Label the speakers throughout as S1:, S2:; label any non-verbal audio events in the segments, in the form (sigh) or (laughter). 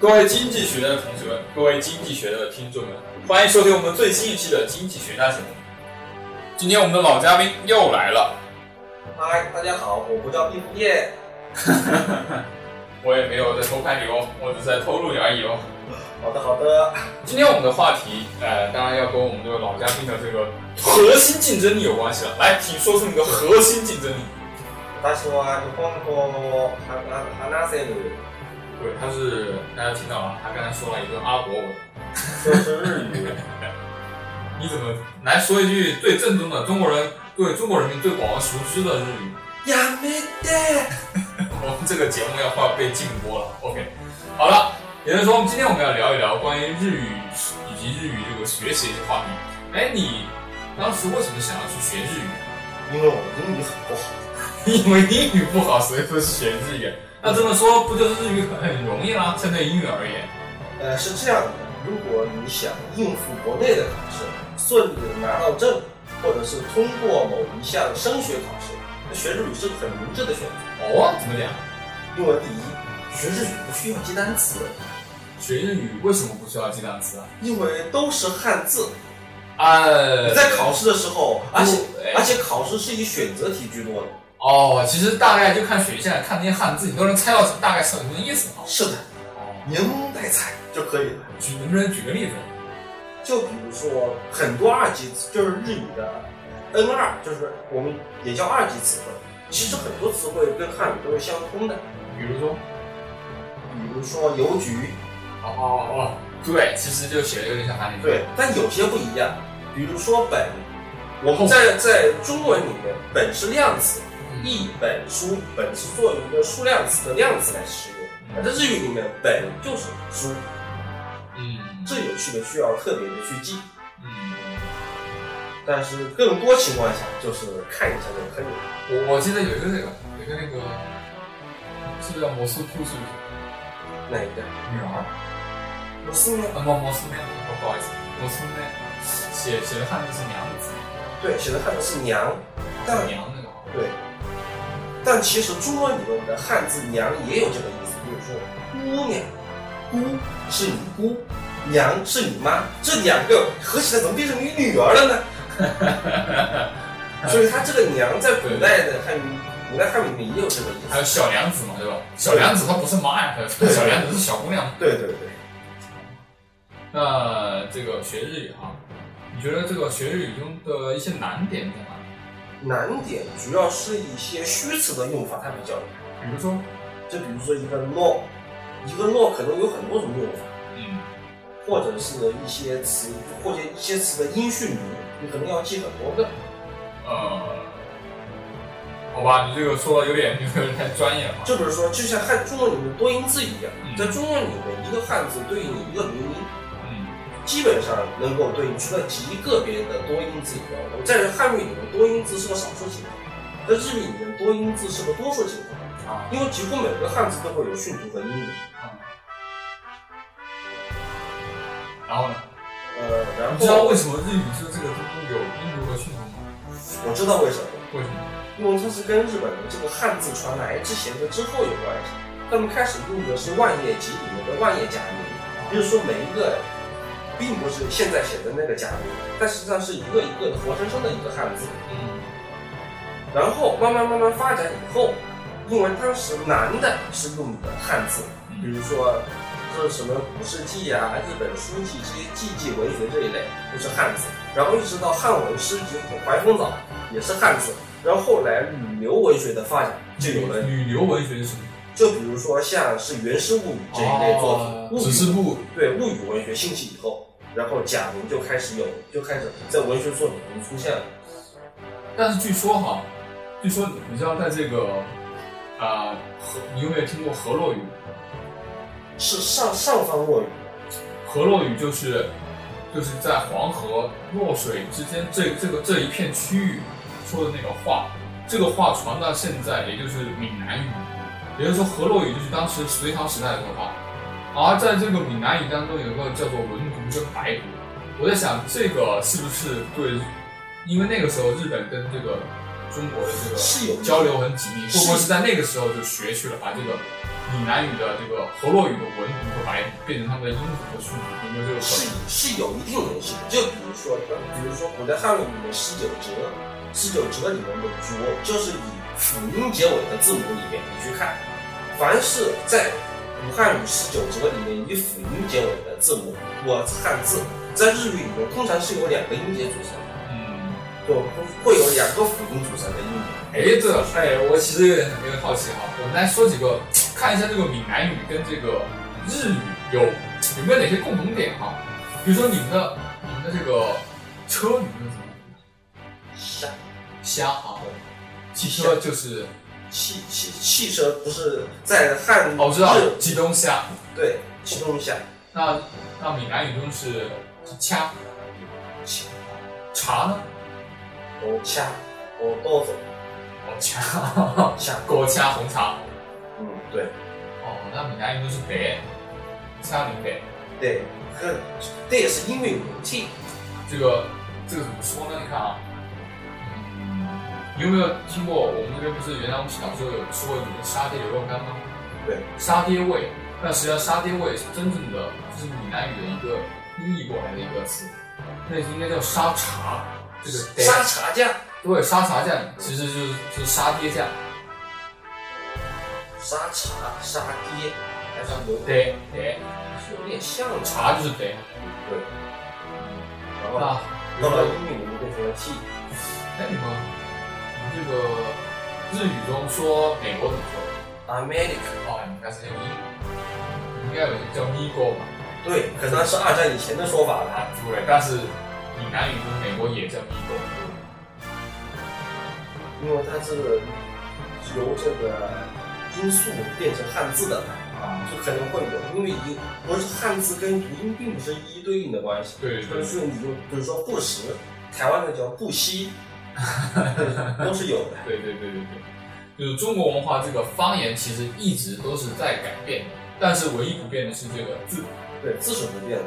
S1: 各位经济学的同学们，各位经济学的听众们，欢迎收听我们最新一期的经济学家节目。今天我们的老嘉宾又来了，
S2: 嗨，大家好，我不叫毕福叶，
S1: 我也没有在偷拍你哦，我只是在偷录你而已哦。
S2: 好的好的，
S1: 今天我们的话题，呃，当然要跟我们这个老嘉宾的这个核心竞争力有关系了。来，请说出你的核心竞争力。
S2: 私は日本語を話せる，
S1: 对，他是大家听到了，他刚才说了一个阿国文，
S2: 就是日语。
S1: 你怎么来说一句最正宗的中国人对中国人民最广而熟知的日语？
S2: やめて，
S1: (laughs) 我们这个节目要快被禁播了。OK，好了，也就是说，我们今天我们要聊一聊关于日语以及日语这个学习的话题。哎，你当时为什么想要去学日语？
S2: 因为我英语很不好。
S1: 因为英语 (laughs) 不好，所以说学日语。那这么说，不就是日语很很容易啦？相对英语而言，
S2: 呃，是这样的，如果你想应付国内的考试，顺利地拿到证，或者是通过某一项升学考试，那学日语是很明智的选择。
S1: 哦，怎么讲？
S2: 因为第一，学日语不需要记单词，
S1: 学日语为什么不需要记单词啊？
S2: 因为都是汉字。
S1: 呃，
S2: 你在考试的时候，而且
S1: 哎
S2: 而且考试是以选择题居多的。
S1: 哦，其实大概就看学校，看那些汉字，你都能猜到大概是什么意思啊。
S2: 是的，
S1: 哦，
S2: 连蒙带猜就可以了。
S1: 举能不能举个例子？
S2: 就比如说，很多二级词就是日语的 N 二，就是我们也叫二级词汇。其实很多词汇跟汉语都是相通的，
S1: 比如说。
S2: 比如说邮局，
S1: 哦哦哦，对，其实就写的有点像韩语。，
S2: 对，但有些不一样，比如说本，我们在在中文里面，本是量词，一本书，本是作为一个数量词的量词来使用，而在日语里面，本就是书，
S1: 嗯
S2: 这有区别，需要特别的去记。
S1: 嗯，
S2: 但是更多情况下就是看一下就可以了。
S1: 我我记得有一个那个，有一个那个，是不是叫摩斯库？是不是
S2: 哪一个？
S1: 女儿？
S2: 我是呢？
S1: 啊，摩摩斯妹，哦不好意思，摩斯妹，写写的汉字是娘字，
S2: 对，写的汉字是娘，但
S1: 娘那个好像。
S2: 对，但其实中文里面的汉字娘也有这个意思，比如说姑娘，姑是你姑，娘是你妈，这两个合起来怎么变成你女儿 (laughs) 了呢？所以它这个娘在古代的汉语，古代汉语里面也有这个意
S1: 还有
S2: 思。
S1: 小娘子嘛，对吧？小娘子她不是妈呀，她小娘子是小姑娘。
S2: 对对对，
S1: 那这个学日语哈，你觉得这个学日语中的一些难点在哪里？
S2: 难点主要是一些虚词的用法，它比较难。
S1: 比如说，
S2: 就比如说一个 no，一个 no 可能有很多种用法，
S1: 嗯，
S2: 或者是一些词，或者一些词的音序名，你可能要记很多
S1: 嗯
S2: 个。
S1: 呃，好吧，你这个说的有点有点太专业了啊。
S2: 就比如说，就像汉中文里面多音字一样
S1: 嗯，
S2: 在中文里面，一个汉字对应一个读音，
S1: 嗯，
S2: 基本上能够对应，除了极个别的多音字以外，我们在汉语里面多音字是个少数情况，在日语里面多音字是个多数情况，
S1: 啊，
S2: 因为几乎每个汉字都会有训读和音译。
S1: 然后呢？
S2: 呃，然
S1: 你知道
S2: 后
S1: 为什么日语就这个东西有音读和训读吗？
S2: 我知道为什么。
S1: 为什么？
S2: 因为它是跟日本的这个汉字传来之前和之后有关系。他们开始用的是万叶集里面的万叶假名，也就是说每一个并不是现在写的那个假名，但实际上是一个一个的活生生的一个汉字。
S1: 嗯，
S2: 然后慢慢慢慢发展以后，因为当时男的是用的汉字，比如说就是什么古世纪啊、日本书记这些记纪文学这一类都是汉字，然后一直到汉文诗集和《怀风藻》也是汉字，然后后来旅流文学的发展就有了，
S1: 旅流文学是什么？
S2: 就比如说像是《源氏物语》这一类作品，
S1: 哦
S2: 物
S1: 只是
S2: 语
S1: 不
S2: 对物语文学兴起以后，然后假名就开始有，就开始在文学作品中出现了。
S1: 但是据说哈，据说你知道在这个啊、河，你有没有听过河洛语？
S2: 是上上方落语，
S1: 河洛语就是就是在黄河、洛水之间这这个这一片区域说的那个话，这个话传到现在，也就是闽南语，也就是说河洛语就是当时隋唐时代的话。而在这个闽南语当中，有一个叫做文读跟白读，我在想这个是不是对，因为那个时候日本跟这个中国的这个
S2: 是有
S1: 交流很紧密，
S2: 是
S1: 会不会是在那个时候就学去了把这个
S2: 嗯
S1: 闽南语的这个河洛语的文读和白读变成他们的音读和训读，有没有这个可
S2: 是
S1: 能？
S2: 是有一定联系的。就比如说，比如说古代汉语里面十九折，十九折里面的“浊”就是以辅音结尾的字母里面，你去看，凡是在古汉语十九折里面以辅音结尾的字母或汉字，在日语里面通常是由两个音节组成的，
S1: 嗯，
S2: 就会有两个辅音组成的音节。
S1: 哎，这哎，我其实有点有点好奇哈，我们来说几个，看一下这个闽南语跟这个日语有有没有哪些共同点哈？比如说你们的你们的这个车语是什么？
S2: 像
S1: 虾啊，汽车就是
S2: 汽汽汽车不是在汉
S1: 哦，我知道
S2: 日
S1: 吉东虾。
S2: 对，其中一项
S1: 那那闽南语中是是掐，
S2: 恰
S1: 茶呢？
S2: 都恰都豆腐
S1: 哦， (laughs) 掐，
S2: 恰，
S1: 果掐红茶。
S2: 嗯，对。
S1: 哦，那闽南语中是白，掐林白。
S2: 对，可这也是因为母亲
S1: 这个这个怎么说呢？你看啊，嗯你有没有听过我们这边不是原来我们小时候有吃过你的沙爹牛肉干吗？
S2: 对，
S1: 沙爹味。但实际上沙爹味是真正的，就是闽南语的一个音译过来的一个词，那应该叫沙茶。这个爹
S2: 沙茶酱，
S1: 对沙茶酱其实就是就是沙爹酱。
S2: 沙茶沙爹，加上牛奶，
S1: 爹爹
S2: 是有点像的。
S1: 茶就是啊爹。
S2: 对，然后
S1: 那
S2: 然后英语里面变哦成了 T，
S1: 哎你们你们这个日语中说美国怎么说？
S2: America。
S1: 哦，应该是用英，应该有一个叫 Migo 吧？
S2: 对，可能是二战以前的说法了。
S1: 啊，对，但是闽南语中美国也叫 Migo，
S2: 因为它这个由这个因素变成汉字的嘛，
S1: 啊，
S2: 就可能会有，因为一不是汉字跟读音并不是一一对应的关系。
S1: 对对
S2: 所以
S1: 对，
S2: 说你就比如说不时，台湾的叫不
S1: (laughs)
S2: 息，对都是有的。
S1: 对对对对对，就是中国文化这个方言其实一直都是在改变，但是唯一不变的是这个字。
S2: 对，字是不变的。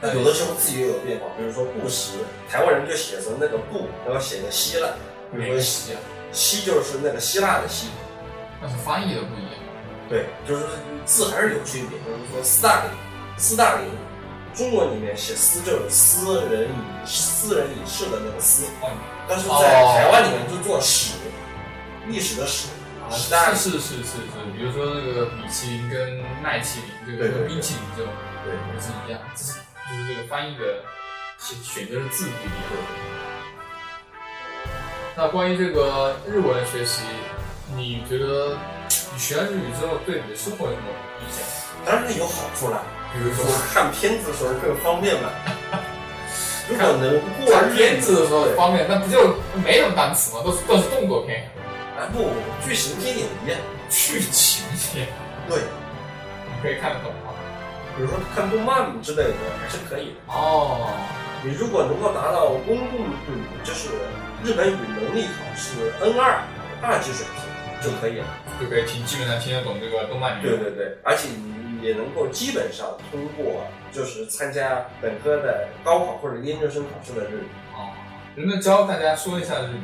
S2: 但有的时候自己也有变化，比如说不时，台湾人就写成那个不，然后写个希了。比
S1: 哪
S2: 如
S1: 个
S2: 说
S1: 西啊？
S2: 希就是那个希腊的希，
S1: 但是翻译的不一样。
S2: 对，就是字还是有区别。比如说斯大林，斯大林，中文里面写斯就是斯人以斯人以事的那个斯，
S1: 哦，
S2: 但是在
S1: 哦
S2: 台湾里面就做史，历史的史，
S1: 啊，
S2: 史大
S1: 是
S2: 林。
S1: 是是是是，比如说这个米其林跟麦其林，这个
S2: 对对
S1: 跟
S2: 对
S1: 冰淇淋这种
S2: 对
S1: 也是一样，这是就是啊这个翻译的选选择的字不一样。
S2: 对。
S1: 那关于这个日文学习，你觉得你学了日语之后对你的生活有什么影响？
S2: 当然有好处啦，
S1: 比如
S2: 比如
S1: 说
S2: 说看片子的时候更方便嘛。如果能过
S1: 看
S2: 日
S1: 片子的时候
S2: 对
S1: 方便，那不就没有单词吗？都是都是动作片、
S2: 啊不，剧情片也一样。
S1: 剧情片，
S2: 对，
S1: 你可以看得懂吗？
S2: 比如说看动漫之类的还是可以的。
S1: 哦，
S2: 你如果能够达到公共语，就是日本语能力考试 N 二二级水平就可以了。
S1: 就可以听，基本上听得懂这个动漫语。
S2: 对对对，而且你也能够基本上通过，就是参加本科的高考或者研究生考试的日语。
S1: 哦，能不能教大家说一下日语？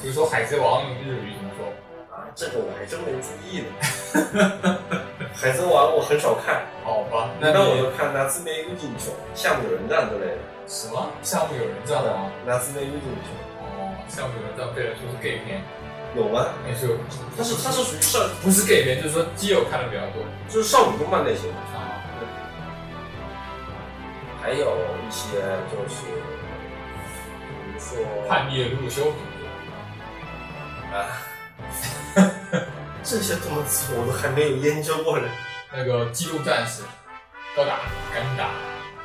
S1: 比如说《海贼王》用日语怎么说？
S2: 啊，这个我还真没注意呢。
S1: (laughs)
S2: 海贼王我很少看，
S1: 好吧，那
S2: 那我
S1: 你
S2: 就看《夏目友进球》《夏目友人帐》之类的。
S1: 什么项目有人叫吗？
S2: 夏目友进
S1: 哦，项目有人叫被人说是 gay 片，
S2: 球有吗？
S1: 那是
S2: 它是它是属于少，
S1: 不是 gay 片，就是说基友看的比较多。
S2: 就是少女动漫类型的，
S1: 啊，
S2: 还有一些就是，比如说
S1: 叛逆的路修，
S2: 啊，这些动漫词我都还没有研究过呢。
S1: 那个激路战士，要打，赶紧打。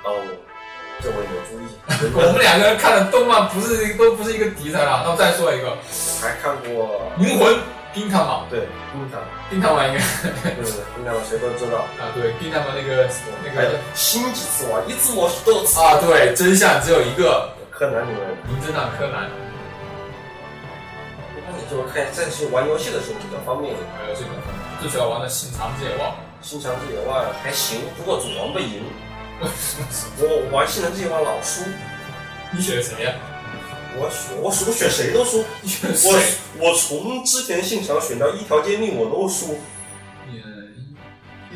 S2: 哦，这我有注意。
S1: 我们两个人看的动漫不是一个都不是一个题材了。那我再说一个《
S2: 还看过，
S1: 银魂》，冰糖嘛，
S2: 对，冰糖，
S1: 冰糖嘛应该
S2: 对对对，冰糖谁都知道。
S1: 啊，对，冰糖嘛那个那
S2: 还有
S1: 个
S2: 新几次王，一次我是多次
S1: 啊，对，真相只有一个，
S2: 柯南里面，
S1: 名侦探柯南，
S2: 那你就看再去玩游戏的时候比较方便一点。
S1: 还有这个最喜欢玩的《信长之野望
S2: 新长之野望还行，不过总玩不赢。 (laughs) 我玩新长之野望老输，》，
S1: 你选谁呀？
S2: 我选我选我选谁都输。
S1: 你选谁？
S2: 我我从之前信长选到一条坚定我都输，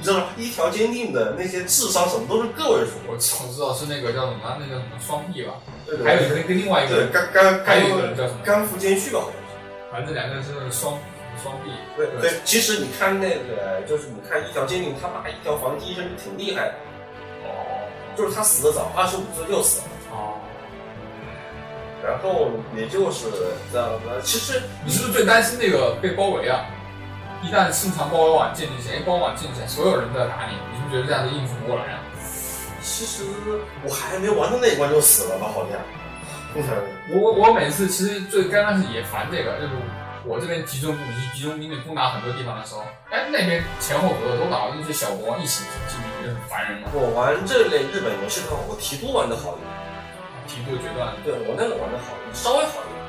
S2: 知道吗？一条坚定的那些智商什么都是个位数。
S1: 我我知道是那个叫什么，那叫什么双臂吧，
S2: 对
S1: 还有
S2: 对
S1: 一个跟另外一个
S2: 对，
S1: 人，
S2: 甘甘
S1: 还有一个
S2: 甘
S1: 人叫什么？
S2: 甘福兼蓄吧，好像是。
S1: 反正这两个人是双双臂，
S2: 对对，其实你看那个，就是你看一条坚定，他把一条房踢一身挺厉害的，
S1: 哦
S2: 就是他死得早，二十五岁就死了，
S1: 哦，
S2: 然后也就是这样子。其实
S1: 你是不是最担心那个被包围啊？一旦市场包围网建立起来，一哎包围网建立起来，所有人都在打你，你是不是觉得这样就应付不过来啊？
S2: 其实我还没玩到那一关就死了吧，好像。嗯
S1: 我我我每次其实最刚开始也烦这个，就是我这边集中攻击、集中兵力攻打很多地方的时候，哎，那边前后左右都打，那些小国王一起进兵，就很烦人嘛。
S2: 我玩这类日本游戏的话，我提督玩的好一点，
S1: 提督决断，
S2: 对我那个玩的好，稍微好一点。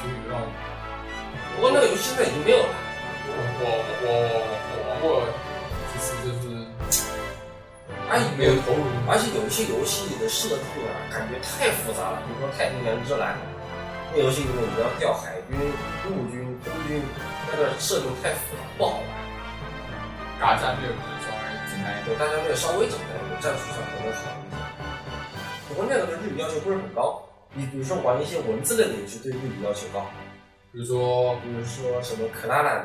S1: 提督决断，
S2: 不过那个游戏现在已经没有了。
S1: 我我我我我玩过几次，就是
S2: 哎
S1: 没有投入进去。
S2: 而且有一些游戏的设定啊，感觉太复杂了。比如说《太平洋之蓝》，那游戏里面你要调海军、陆军、空军，那个设定太复杂，不好玩。
S1: 尬战略可能稍微简单一点。
S2: 对，大家略稍微简单一点，战术上可能好一点。不过那个对日语要求不是很高。你比如说玩一些文字类的游戏，对日语要求高，
S1: 比如说，
S2: 比如说什么克拉拉的、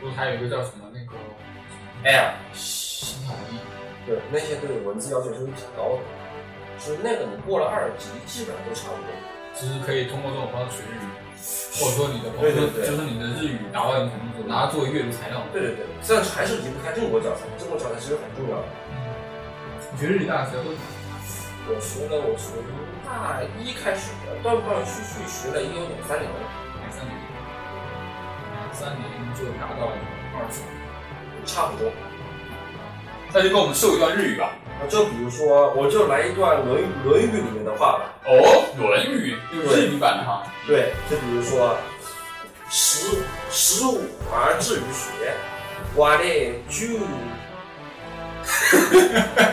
S1: 不是还有一个叫什么那个
S2: L，
S1: 新统一，
S2: 对，那些对文字要求是挺高的。就是那个你过了二级，基本上都差不多。
S1: 其实可以通过这种方式学日语，或者说你的，
S2: 对对对
S1: 就是你的日语达到一定程度，拿它作为阅读材料。
S2: 对对对，但是还是离不开中国教材，中国教材其实很重要的。
S1: 你觉得你大学都
S2: 我学了，我从大一开始的，断断续续学了也有两三年了，
S1: 两三年，两三年就达到二十，
S2: 差不多。
S1: 那就跟我们授一段日语吧。
S2: 那就比如说，我就来一段《论语》《论语》里面的话吧。
S1: 哦，《论语》有日语版的哈。
S2: 对，就比如说，十十五而志于学，我嘞就， (laughs)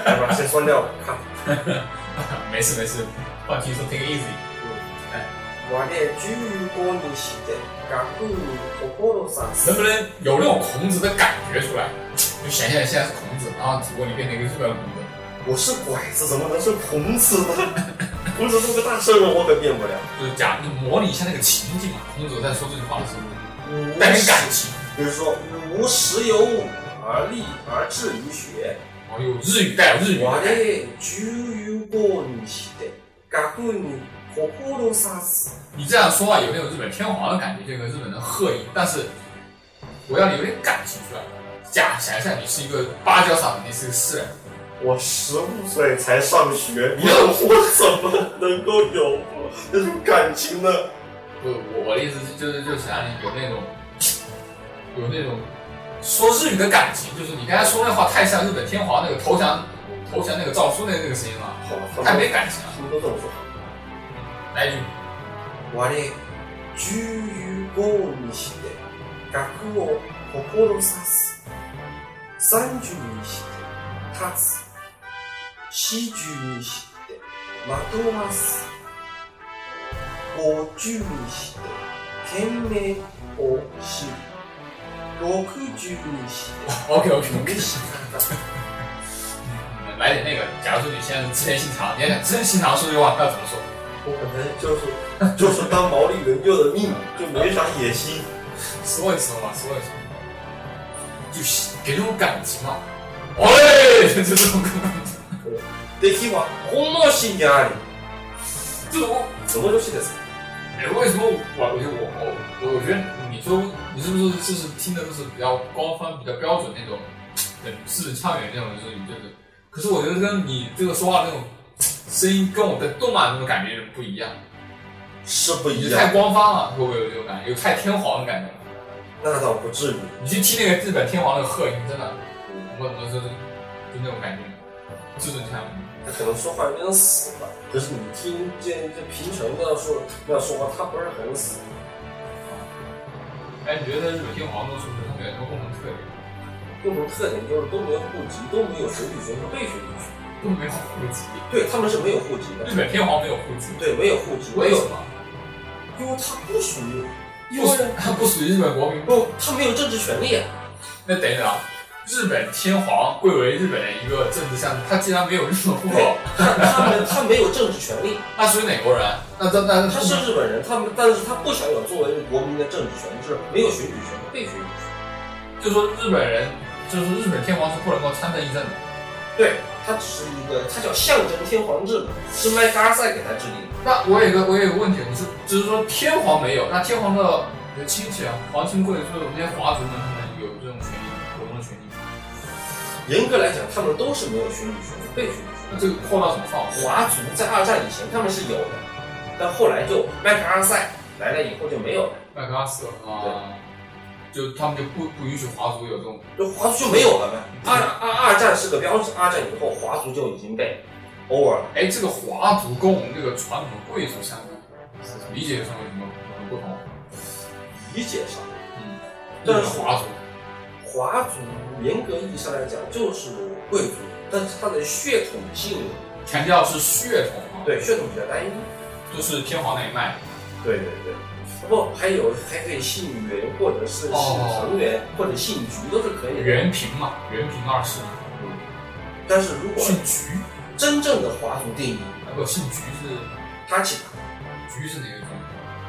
S2: 来吧，先删掉吧，看，
S1: (laughs) 没事没事，放轻松，take it easy。
S2: 嗯哎我嘞就过你写的，干部活过了啥
S1: 能不能有那种孔子的感觉出来？就想象现在是孔子，然后只不过你变成一个日本孔子。
S2: 我是拐子，怎么能是孔子呢？孔子这么个大圣啊人，我可变不了。
S1: 就是讲就模拟一下那个情境嘛。孔子在说这句话的时候，
S2: 吾
S1: 带点感情。
S2: 比如说吾十有五而立而志于学，
S1: 哦，有日语带有日语
S2: 我
S1: 的感觉，
S2: 嘞九有五にして学に心さす。
S1: 你这样说话有那种日本天皇的感觉，这个日本人贺意。但是我要你有点感情出来。假想一下，你是一个芭蕉伞，你是个诗人，
S2: 我十五岁才上学，你让我怎么能够有那种感情呢？
S1: 不，我我的意思是，就是就是想让你有那种有那种说日语的感情，就是你刚才说那话太像日本天皇那个投降投降那个诏书那个那个声音了，
S2: 好吧，他
S1: 太
S2: 们
S1: 没感情了。
S2: 他们都这么说。
S1: 来一句，
S2: 我嘞九有五にして学を心さす。三十にして立つ。四十にしてまとます。五十にして懸命を知る。六十にして
S1: OK OK
S2: 無
S1: OK，
S2: 理しなかった。
S1: 嗯来点那个。假如说你现在是织田信长，你要想织田信长说这句话，要怎么说？
S2: 我本来就是就是当毛利人救的命，就没啥野心。
S1: 说一说嘛，说一说，就是给那种感情嘛。喂， (laughs) 就这种感觉，
S2: 敵は本心にあり。
S1: 就是我。
S2: 什么游戏ですか？
S1: 哎，为什么我我觉得我我我我觉得你说你是不是就是听的都是比较官方、比较标准那种，很字正腔圆那种日语，就是。可是我觉得跟你这个说话那种声音，跟我的动漫那种感觉有点不一样，
S2: 是不
S1: 你
S2: 一
S1: 就太
S2: 样，
S1: 官方了，会不会有这种感觉？有太天皇的感觉。
S2: 那倒不至于。
S1: 你去听那个日本天皇那个贺音，真的，
S2: 嗯
S1: 我怎么说，就那种感觉，字正腔圆。
S2: 他可能说话有点死吧，可是你听见这平成那样说那样说话，他不是很死。
S1: 哎，你觉得日本天皇都是不是他们有什么共同特点？
S2: 共同特点就是都没有户籍，都没有选举权和被选举权。
S1: 都没有户籍，
S2: 对，他们是没有户籍的
S1: 日。本天皇没有户籍，
S2: 对，没有户籍，没
S1: 为
S2: 有
S1: 什，么？
S2: 因为他不属于，因
S1: 不
S2: 为
S1: 属，他不属于日本国民。
S2: 不，他没有政治权利啊。
S1: 那等一等啊，日本天皇贵为日本的一个政治象征，他既然没有日本户口，
S2: 他他们他没有政治权利，
S1: 那属于哪国人？那那那
S2: 他是日本人，他们但是他不享有作为国民的政治权，是没有选举权，被选举权。
S1: 就说日本人，就是日本天皇是不能够参政议政的。
S2: 对，他只是一个，他叫象征天皇制嘛，是麦嘎塞给他制定的。
S1: 那我有一个我有一个问题，你是就是说天皇没有，那天皇的你的亲戚啊，皇亲贵族，我们这些华族们他们有这种权利吗，有这种权利吗？
S2: 严格来讲，他们都是没有选举权，被选举权。
S1: 那这个扩到什么范围？
S2: 华族在二战以前他们是有的，但后来就麦克阿塞来了以后就没有了，
S1: 麦克阿瑟啊，就他们就不不允许华族有这种
S2: 就华族就没有了呗。二二二战是个标志，二战以后华族就已经被 over 了。
S1: 哎，这个华族跟我们这个传统贵族相比，理解上有什么有什么不同？
S2: 理解上，
S1: 嗯，
S2: 但是
S1: 日本华族，
S2: 华族严格意义上来讲就是贵族，但是它的血统性
S1: 强调是血统啊，，
S2: 对血统比较单一。
S1: 就是天皇那一脉。
S2: 对对对，不还有还可以姓袁或者是姓
S1: 哦
S2: 藤原、或者姓菊都是可以的。
S1: 原平嘛，原平二世嘛，
S2: 但是如果
S1: 姓菊，
S2: 真正的华族定义，
S1: 啊不，姓菊是
S2: 他起
S1: 菊是哪个种？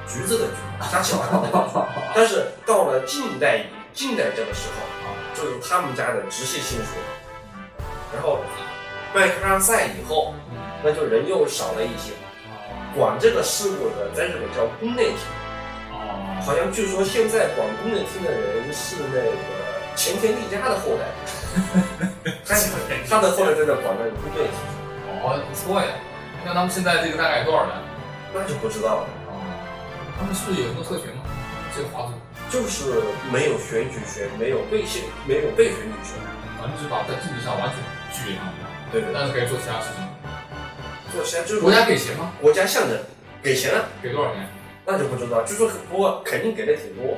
S2: 橘子的橘，他喜欢的橘。但是到了近代以，近代这个时候啊，就是他们家的直系亲属。然后麦克阿塞以后，
S1: 嗯
S2: 那就人又少了一些。管这个事务的，在日本叫宫内厅，
S1: 哦，
S2: 好像据说现在管宫内厅的人是那个前田利家的后代，他他的后代在这管那个宫内厅，
S1: 哦，不错呀。那他们现在这个大概有多少人？
S2: 那就不知道了。
S1: 哦，他们是不是有什么特权吗？这个华族，
S2: 就是没有选举权，没有被选，没有被选举权。
S1: 反正就是把在政治上完全拒绝他们，
S2: 对对，
S1: 但是可以做其他事情。
S2: 做实在就是
S1: 国家给钱吗？
S2: 国家象征给钱了，
S1: 给多少钱？
S2: 那就不知道。据说不过肯定给的挺多，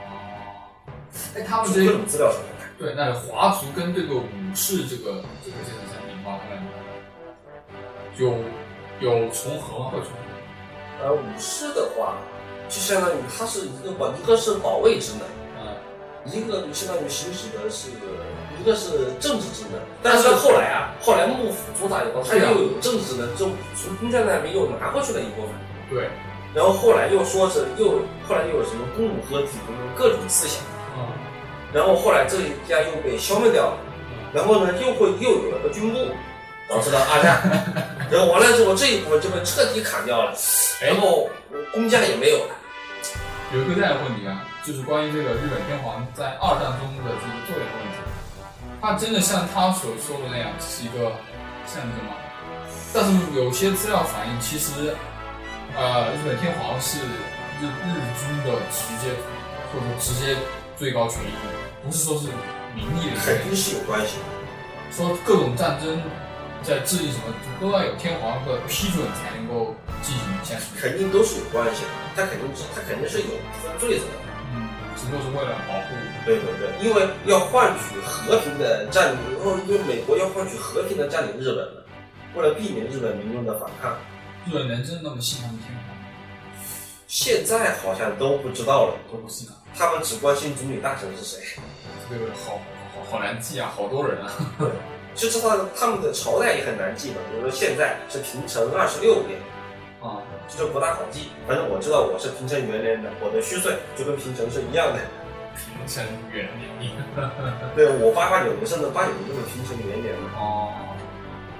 S1: 哦，哎，他们
S2: 从各
S1: 这
S2: 种资料上来看，
S1: 对，那华族跟这个武士这个这个阶层相比的话，他们有有重合吗？会重合？
S2: 呃，武士的话，就相当于他是一个保，一个是保卫职能，
S1: 嗯，
S2: 一个就相当于行使的是一个是政治职能。但是后来啊，后来幕府做大以后，他
S1: 对啊
S2: 又有政治职能，就从宫战那边又拿过去了一部分。
S1: 对，
S2: 然后后来又说是又后来又有什么公武合体，各种思想。
S1: 嗯
S2: 然后后来这一家又被消灭掉了，
S1: 嗯，
S2: 然后呢又会又有了个军部，导致了二战， (laughs) 然后完了之后这一部分就被彻底砍掉了，然后公家也没有了，
S1: 有一个这样的问题啊，就是关于这个日本天皇在二战中的这个作用问题，啊他真的像他所说的那样只是一个象征吗？但是有些资料反映，其实，呃，日本天皇是日日军的直接或者直接最高权益，不是说是民意的权
S2: 肯
S1: 益。
S2: 定是有关系的。
S1: 说各种战争在制定什么，都要有天皇的批准才能够进行下去。
S2: 肯定都是有关系的，他肯定是他肯定是有犯罪责的。
S1: 嗯，只不过是为了保护
S2: 对对对，因为要换取和平的占领，然后因为美国要换取和平的占领日本了，为了避免日本民众的反抗，
S1: 日本人真的那么信他们天皇吗？
S2: 现在好像都不知道了，
S1: 都不信啊，
S2: 他们只关心总理大臣是谁。
S1: 这个好好好难记啊，好多人啊。
S2: 就知道他们的朝代也很难记嘛，比如说现在是平成二十六年，
S1: 啊，
S2: 这就不大好记。反正我知道我是平成元年的，我的虚岁就跟平成是一样的。
S1: 平成元年
S2: 对我八八九年生的，八九年就是平成元年嘛。
S1: 哦，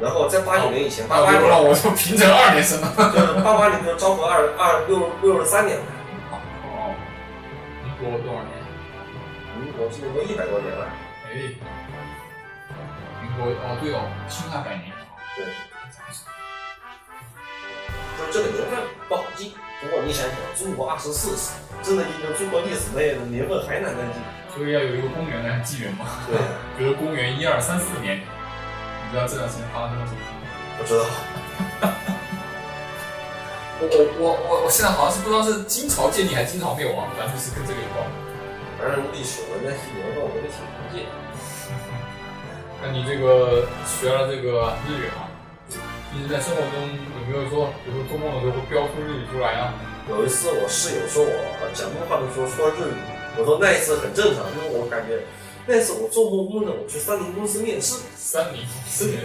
S2: 然后在八九年以前，
S1: 那
S2: 八
S1: 我
S2: 八
S1: 不知道，
S2: 年
S1: 我是平成二年生的。
S2: (laughs) 就是八八年就是昭和二二六六十三年了，
S1: 哦，民国多少年？
S2: 民国是民国一百多年了。
S1: 哎，民国哦对哦，辛亥百年。
S2: 对，就是这个年份不好记。不过你想想，中国二十四史，真的一个中国历史类的年份还难记。
S1: 所以要有一个公元来纪元嘛，
S2: 对， (laughs)
S1: 比如公元一二三四年，你知道这段时间发生了什么？
S2: 不知道。
S1: 我我我我我现在好像是不知道是金朝建立还是金朝灭亡，反正就是跟这个有关。
S2: 反正历史文在一年份，我觉得挺常见。
S1: 那你这个学了这个日语啊，你在生活中有没有说，比如说做梦的时候会飙出日语出来啊？
S2: 有一次我室友说我讲梦话的时候说日语，我说那一次很正常，因为我感觉那次我做梦梦到我去三菱公司面试，
S1: 三零四年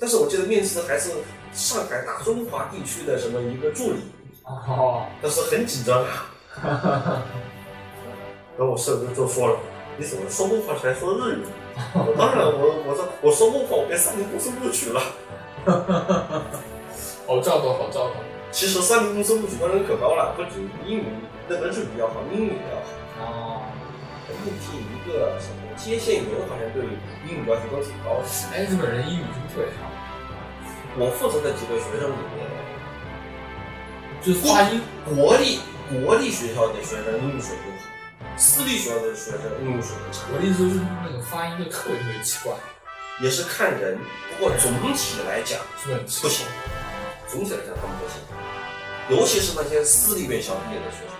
S2: 但是我记得面试的还是上海大中华地区的什么一个助理，
S1: (laughs) 哦，
S2: 当时很紧张啊。然后我舍友就说了：“你怎么说梦话才说日语？”我当然，我我说我说梦话，我被三菱公司录取了。
S1: 好兆头，好兆头。
S2: 其实三菱公司录取官人可高了，不仅英语、那本日语要好，英语也要好。
S1: 哦，
S2: 应聘一个什么接线员，好像对英语要求都挺高的。
S1: 哎，日本人英语是不是特别差？
S2: 我负责的几个学生里面，
S1: 就是发音
S2: 国立国立学校的学生英语水平好，私立学校的学生英语水平差。
S1: 我的意思就是那个发音就特别特别奇怪，
S2: 也是看人，不过总体来讲
S1: 是不是很奇
S2: 不行，总体来讲他们不行，尤其是那些私立院校毕业的学生，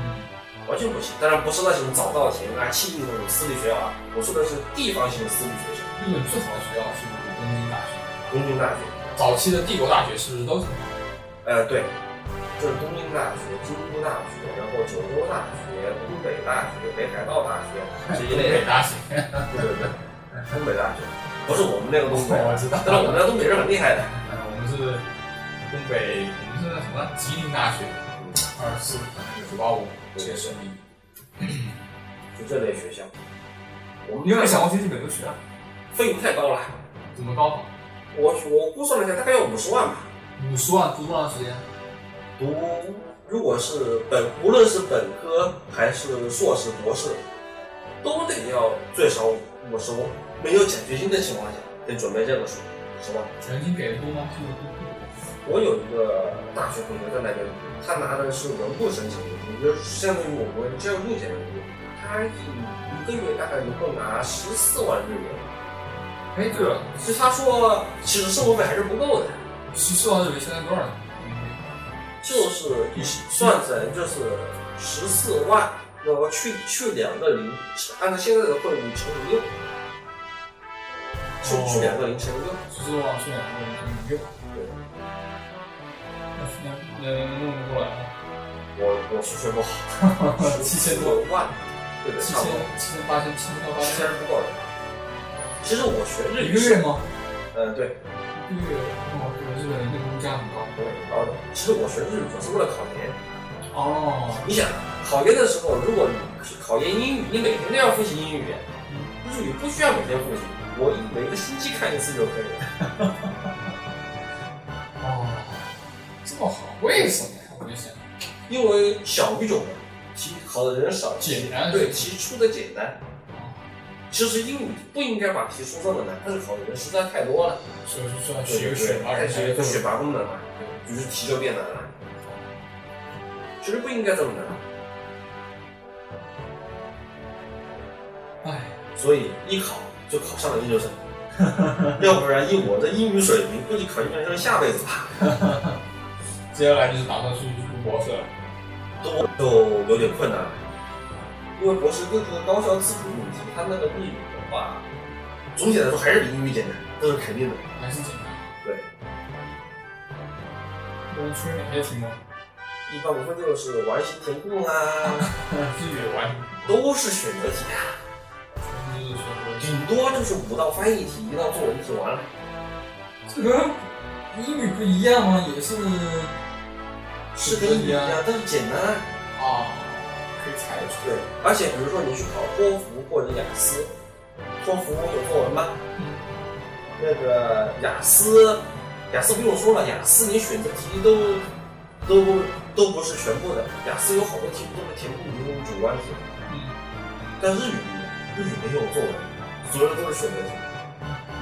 S1: 嗯
S2: 完全不行。当然不是那种早稻田啊、庆应那种私立学校啊，我说的是地方性的私立学校，
S1: 日本最好的学校是不是东京大学？
S2: 东京大学。
S1: 早期的帝国大学是不是都是？
S2: 呃，对，就是东京大学、京都大学，然后九州大学、东北大学、北海道大学这一类
S1: (laughs) 北
S2: 的，
S1: 大学，
S2: 对对对，东北大学，不是我们那个东北，
S1: 我知道。
S2: 但是我们那东北人很厉害的。
S1: 嗯，我们是东北，我们是那什么吉林大学，二四九八五这些声音。
S2: 就这类学校，我们
S1: 你有没有
S2: 那
S1: 想过去日本留学啊？
S2: 费用太高了，
S1: 怎么高法？
S2: 我我估算了一下，大概要五十万吧。
S1: 五十万读多长时间？
S2: 读如果是本，无论是本科还是硕士、博士，都得要最少五十万，没有奖学金的情况下，得准备这个数，十万。
S1: 奖金给的多吗？是不是
S2: 我有一个大学同学在那边，他拿的是文部申请的，也就是相当于我们教育奖学金，他一一个月大概能够拿十四万日元。
S1: 哎，对了，
S2: 所以他说，其实生活费还是不够的，
S1: 十四万日元现在多少呢？
S2: 就是一算成就是十四万，那么去去两个零，按照现在的汇率乘以六，
S1: 哦
S2: 去去两个零乘以六，
S1: 十四万去年那个
S2: 对，
S1: 那能弄不过来，
S2: 我我数学不好，
S1: 七千多，
S2: 万，对对，
S1: 七
S2: 差
S1: 千
S2: 不多，
S1: 七千八千七千到八
S2: 其实
S1: 千，
S2: 不够的。其实我学日
S1: 一
S2: 语
S1: 个
S2: 是
S1: 月吗？
S2: 呃，对，
S1: 一个月，哦，对，日本人那个物价很高。
S2: 对，很高的。其实我学日语主要是为了考研。
S1: 哦，
S2: 你想，考研的时候，如果你是考研英语，你每天都要复习英语，日语不需要每天复习，我一每个星期看一次就可以了。
S1: 哦，这么好，为什么呀？我就想，
S2: 因为小语种嘛，题考的人少，
S1: 简单
S2: 对题出的简单。其实英语不应该把题出这么难，但是考的人实在太多了，
S1: 所以说
S2: 对
S1: 学
S2: 对
S1: 个
S2: 对
S1: 选拔
S2: 太
S1: 人
S2: 学
S1: 才
S2: 个选
S1: 对
S2: 拔功能了，于是题就变难了。其实不应该这么难。
S1: 哎，
S2: 所以一考就考上了研
S1: (laughs)
S2: 究生，要不然以我的英语水平，估计考研究生下辈子吧，
S1: 接下来就是打算去读博士了。
S2: 都就有点困难了。因为博士各个高校自主主题，它那个日语的话，总体来说还是比英语简单，这是肯定的。
S1: 还是简单。
S2: 对，
S1: 能出哪些题目？
S2: 一般无非就是完形填空啊， (laughs)
S1: 自己玩，
S2: 都是选择题啊，
S1: 就是说
S2: 顶多就是五道翻译题，一道作文题完了。
S1: 这个英语不一样吗？也是
S2: 是跟英语一样，但是简单啊。
S1: 啊，可以猜得出。
S2: 对，而且比如说你去考托福或者雅思，托福有作文吗？
S1: 嗯，
S2: 那个雅思，雅思不用说了，雅思你选择题都都不都不是全部的，雅思有好多题目都是填空题、主观题，但日语日语没有作文，所有的都是选择题，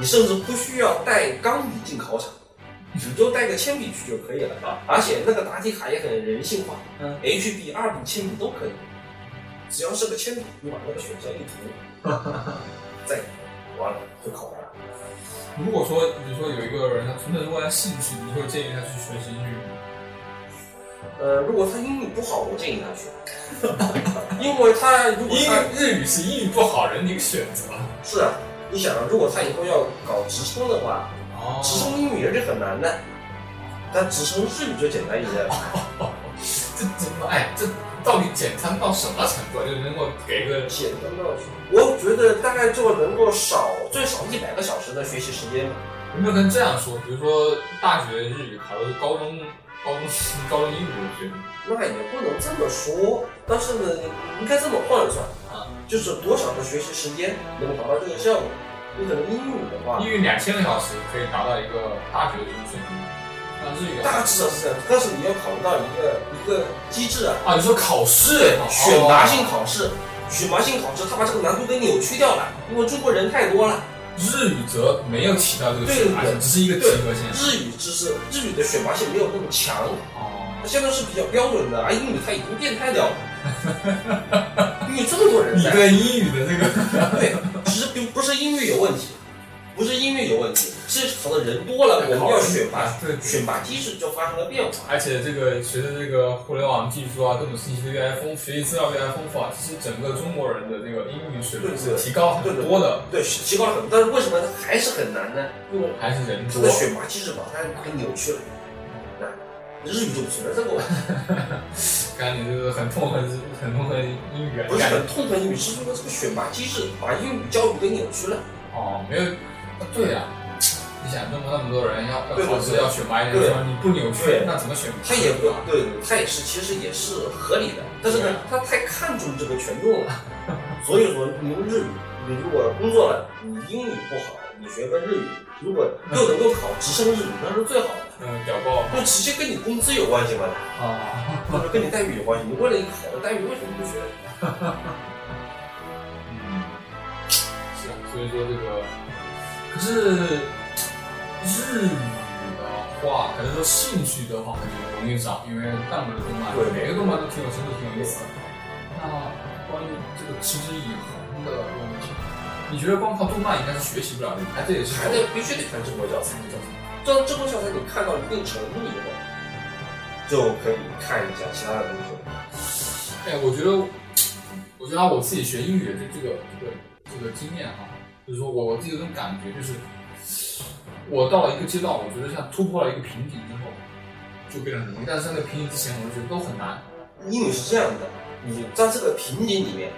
S2: 你甚至不需要带钢笔进考场，你就带个铅笔去就可以了啊！而且那个答题卡也很人性化，
S1: 嗯
S2: ，H 笔、二笔、铅笔都可以，只要是个铅笔，你把那个选项一涂，再完了就考完了。
S1: 如果说比如说有一个人他纯粹是为了兴趣，你会建议他去学习英语吗？
S2: 呃，如果他英语不好，我建议他去， (laughs) 因为他如果
S1: 英
S2: 他
S1: 语日语是英语不好人的一个选择。
S2: 是啊，你想啊，如果他以后要搞职称的话，
S1: 哦
S2: 职称英语也是很
S1: (laughs)
S2: 难的，但职称日语就简单一些。
S1: 这怎么哎这到底简单到什么程度啊，就能够给个
S2: 简单到，我觉得大概就能够少最少一百个小时的学习时间吧。
S1: 有没有跟这样说？比如说大学日语考的是高中高中 (laughs) 高中英语的水平
S2: 那也不能这么说，但是呢，应该这么换算，
S1: 啊，
S2: 就是多少的学习时间能达到这个效果。你可能英语的话
S1: 英，语两千个小时可以达到一个大学的这种水平，那日语的话
S2: 大致上是这样，但是你要考虑到一个一个机制啊，
S1: 啊，你说考试
S2: 选拔性考试，选拔性考试，他把这个难度给扭曲掉了，因为中国人太多了。
S1: 日语则没有提到这个
S2: 对
S1: 选拔
S2: 对
S1: 性，只是一个及格线。
S2: 日语知识，日语的选拔性没有那么强，
S1: 哦，
S2: 它相对是比较标准的，而英语它已经变态掉了。
S1: (laughs)
S2: 因为这么多人
S1: 你
S2: 在，
S1: 对英语的这个
S2: 对，其实并不是英语有问题，不是英语有问题，是考的人多了，我们要选拔，
S1: 啊对，
S2: 选拔机制就发生了变化。
S1: 而且这个随着这个互联网技术啊，各种信息的越来越丰，学习资料越来越丰富啊，其实整个中国人的这个英语水平是提高很多的，
S2: 对，是提高了很多，但是为什么它还是很难呢？因为
S1: 还是人
S2: 它
S1: 多
S2: 的。选拔机制把它给扭曲了。那日语就不存在这个问题，
S1: 感觉就是很痛恨， (laughs) 很痛恨英语啊，
S2: 不是
S1: 感觉
S2: 很痛恨英语，是因为这个选拔机制把英语教育给扭曲了。
S1: 哦，没有，啊对啊，你想那么那么多人要
S2: 对
S1: 要考试
S2: 对
S1: 要选拔一个地方，你不扭曲
S2: 对，
S1: 那怎么选拔？
S2: 他也不对，他也是，其实也是合理的，但是
S1: 对
S2: 呢
S1: 啊，
S2: 他太看重这个权重
S1: (laughs)
S2: 了，所以说你用日语，你如果工作了，你英语不好，你学个日语，如果又能够考直升日语，那是最好的，
S1: 嗯，屌爆
S2: 不直接跟你工资有关系吗？
S1: 啊！
S2: 或者跟你待遇有关系？你为了你好的待遇，为什么不学？
S1: 嗯，是啊，所以说这个，可是日语的话，还是说兴趣的话，很容易找，因为大部分的动漫，
S2: 对
S1: 每个动漫都挺有深度，挺有意思的。那关于这个持之以恒的问题，你觉得光靠动漫应该是学习不了的，哎，这也是
S2: 还得必须得看中国教材，这这部教材你看到一定程度以后，就可以看一下其他的东西。
S1: 哎，我觉得，我觉得我自己学英语的这这个这个这个经验哈、就是说我我自己有种感觉，就是我到了一个阶段，我觉得像突破了一个瓶颈之后，就变得很容易。但是在那个瓶颈之前，我就觉得都很难。
S2: 英语是这样的，你在这个瓶颈里面，